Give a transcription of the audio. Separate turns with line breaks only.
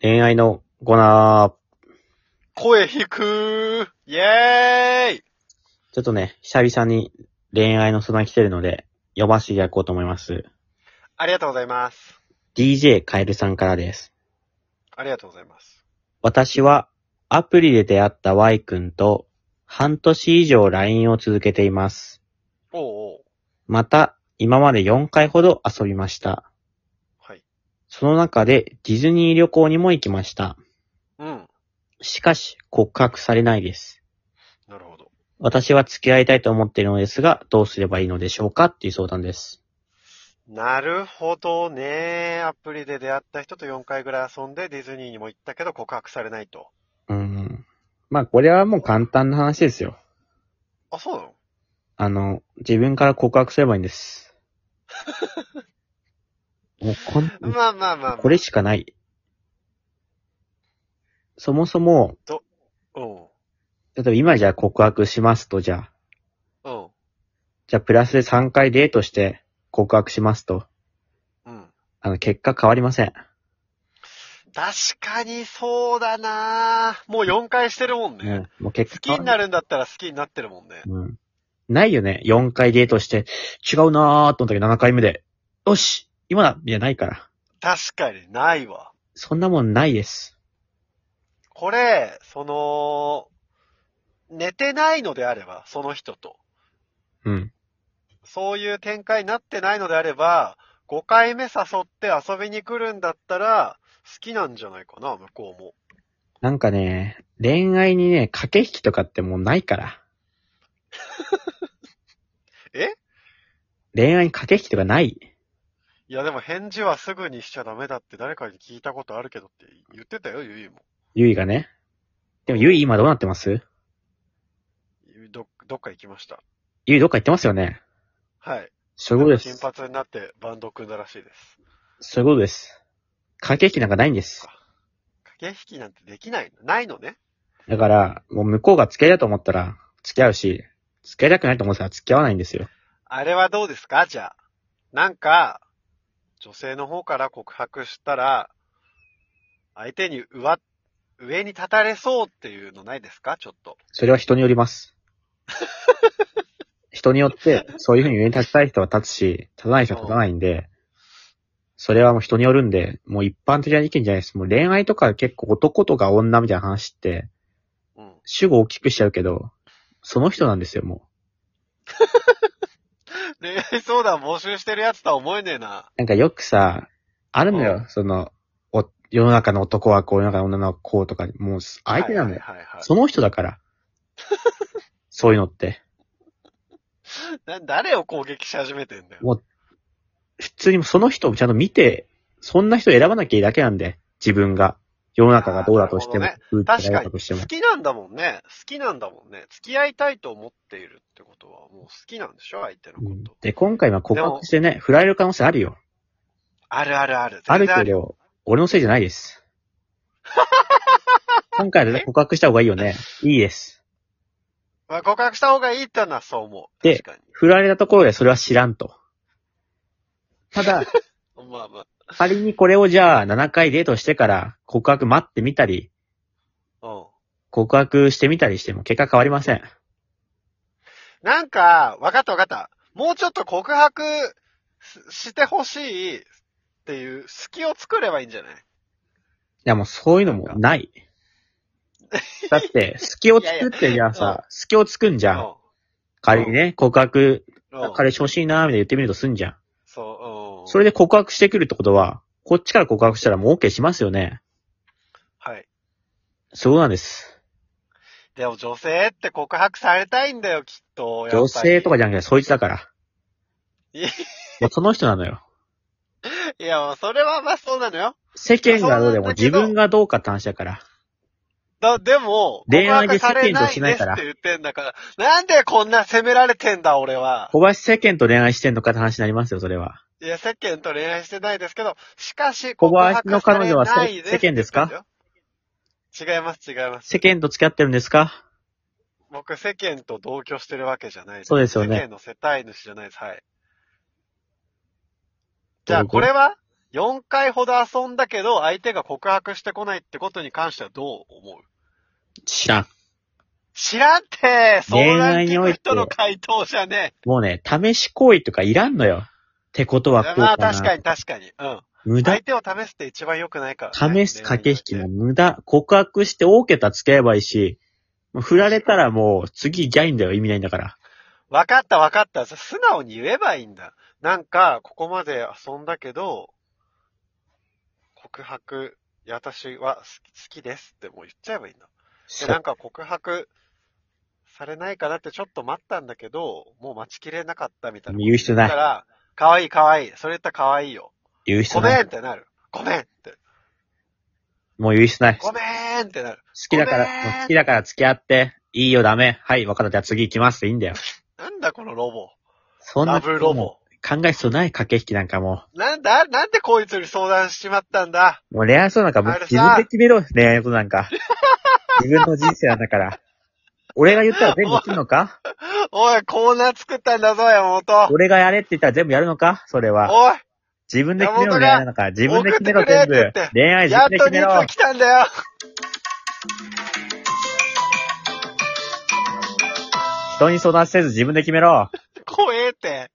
恋愛のコーナー。
声引くーイェーイ
ちょっとね、久々に恋愛の相談来てるので、読ませていただこうと思います。
ありがとうございます。
DJ カエルさんからです。
ありがとうございます。
私はアプリで出会った Y 君と半年以上 LINE を続けています。
おうおう。
また、今まで4回ほど遊びました。
はい。
その中でディズニー旅行にも行きました。
うん。
しかし、告白されないです。
なるほど。
私は付き合いたいと思っているのですが、どうすればいいのでしょうかっていう相談です。
なるほどねー。アプリで出会った人と4回ぐらい遊んでディズニーにも行ったけど告白されないと。
うん。まあ、これはもう簡単な話ですよ。
あ、そうなの
あの、自分から告白すればいいん です。もうこん、
まあまあまあ、まあ。
これしかない。そもそも、
うん。
例えば今じゃあ告白しますと、じゃあ、
うん。
じゃあプラスで3回デートして告白しますと、
うん。
あの、結果変わりません。
確かにそうだなー。もう4回してるもんね。
うん。もう結
好
果
きになるんだったら好きになってるもんね。
うん。ないよね。4回デートして、違うなーと思ったけど7回目で、よし今だいや、ないから。
確かにないわ。
そんなもんないです。
これ、その、寝てないのであれば、その人と。
うん。
そういう展開になってないのであれば、5回目誘って遊びに来るんだったら、好きなんじゃないかな、向こうも。
なんかね、恋愛にね、駆け引きとかってもうないから。
え
恋愛に駆け引きとかない。
いや、でも返事はすぐにしちゃダメだって誰かに聞いたことあるけどって言ってたよ、ゆいも。
ゆいがね。でもゆい今どうなってます
ど、どっか行きました。
ゆいどっか行ってますよね。
はい。
そういうことで
金
す。
髪になってバンド組んだらしいです。
そういうことです。駆け引きなんかないんです。
駆け引きなんてできないのないのね。
だから、もう向こうが付き合いだと思ったら、付き合うし、付き合いたくないと思ったら付き合わないんですよ。
あれはどうですかじゃあ。なんか、女性の方から告白したら、相手に上、上に立たれそうっていうのないですかちょっと。
それは人により ます。人によって、そういうふうに上に立ちたい人は立つし、立たない人は立たないんで、それはもう人によるんで、もう一般的な意見じゃないです。もう恋愛とか結構男とか女みたいな話って、
うん。
主語を大きくしちゃうけど、その人なんですよ、も
恋愛相談募集してるやつとは思えねえな。
う。なんかよくさ、あるの
う
よ、その、お世の中の男はこう、世の中の女はこうとか、もう相手なんだよ。
はいはいはい、
その人だ から。そういうのって。
な誰を攻撃し始めてんだよ。
もう、普通にその人をちゃんと見て、そんな人を選ばなきゃいいだけなんで、自分が。世の中がどうだとしても、
あーなる
空気
確
がどう
か
だ
に、
としても
好。きなんだもんね。好きなんだもんね。付き合いたいと思っているってことは、もう好きなんでしょ相手のこ
うん
と。
で、今回は告白してね、振られる可能性あるよ。
あるあるある。
ある
全然
けど、俺のせいじゃない です。今回はね告白した方がいいよね。いいです。
まあ告白した方がいいってのはそう思う。
で
確かに。
振られたところでそれは知らんと。た だ、
まあま
仮にこれをじゃあ7回デートしてから告白待ってみたり、
あ。うん。
告白してみたりしても結果変わりません。
なんか、わかったわかった。もうちょっと告白すしてほしいっていう隙を作ればいいんじゃない
いやもうそういうのもない。だ って、隙を作ってじゃあ
いやいや
さ、隙をつくんじゃん。仮にね、告白、
うん。うん
彼氏欲しいなーみたいな言ってみるとすんじゃん。
そう、うん。
それで告白してくるってことは、こっちから告白したらもう OK しますよね。
はい。
そうなんです。
でも女性って告白されたいんだよ、きっと。
女性とか
じ
じゃなくて、そいつだから。
いや
もうその人なのよ。
ゃ。いや、もうそれはまあそうなのよ。
世間がどうでも
そうなんだけ
自
ど
分がどうかって話だから。
だ、でも、
恋愛で
告白され
世間としないから
ですって言ってんだから。なんでこんな責められてんだ、俺は。
小林世間と恋愛してんのかって話になりますよ、それは。
いや、世間と恋愛してないですけど、しかし、
小林の
告白
彼女は
されない
世間ですか
って言ってんだよ違います、違います。
世間と付き合ってるんですか
僕、世間と同居してるわけじゃないです。
そうですよね
世間の世帯主じゃないです。はい。
ど
じ
う
ゃ
いう
あ、
こと
これは4回ほど遊んだけど、相手が告白してこないってことに関してはどう思う
知らん。
知らんて相談
恋愛にお
聞
い
く
て
人の回答じゃね
もうね、試し行為とかいらんのよ。ってこと
え。
はこう
ま
か
あ
な。
確かに確かに。うん。
無駄
相。手を試すって一番良くないから、ね。
試す駆け引きも
ね
無駄。告白して大桁付き合えばいいし、もう振られたらもう次ギャインだよ。意味ないんだから。
わかったわかった。素直に言えばいいんだ。なんか、ここまで遊んだけど、告白、いや、私は好き好きですってもう言っちゃえばいいんだ。で、なんか告白されないかなってちょっと待ったんだけど、もう待ちきれなかったみたいな。
言う人ない
だから、かわいいかわいい。それ言ったらかわいいよ。
言う必
ご
要
めん
ない
っ。てなる。ごめんって。
もう言う必要ない。
ご
好
めんってなる。
きだか
ごめん
ら、好きだから付き合って、いいよダメ。はい、わかった。じゃあ次行きます。いいんだよ。
なんだこのロボ。
そん
ラ
な、
ブロ
も
ボ。
う考え必要ない駆け引きなんかも
なんだなんでこいつに相談しちまったんだ
う。もう恋愛そうなんかもう
あれさ
自分で決めろ。恋愛のことなんか。自分の人生なんだから。俺が言ったら全部できるのか
おい、コーナー作ったんだぞ、山 本。
俺がやれって言ったら全部やるのかそれは。
おい、
自分で決めろ、恋
山本が
愛なんか。自分で決めろ、
送
全
ってくれって
部
言っ。
恋愛自
やっ
分で
と
決め
人
ろ
数。来たんだよ。
人に相談せず自分で決めろ。
怖えって。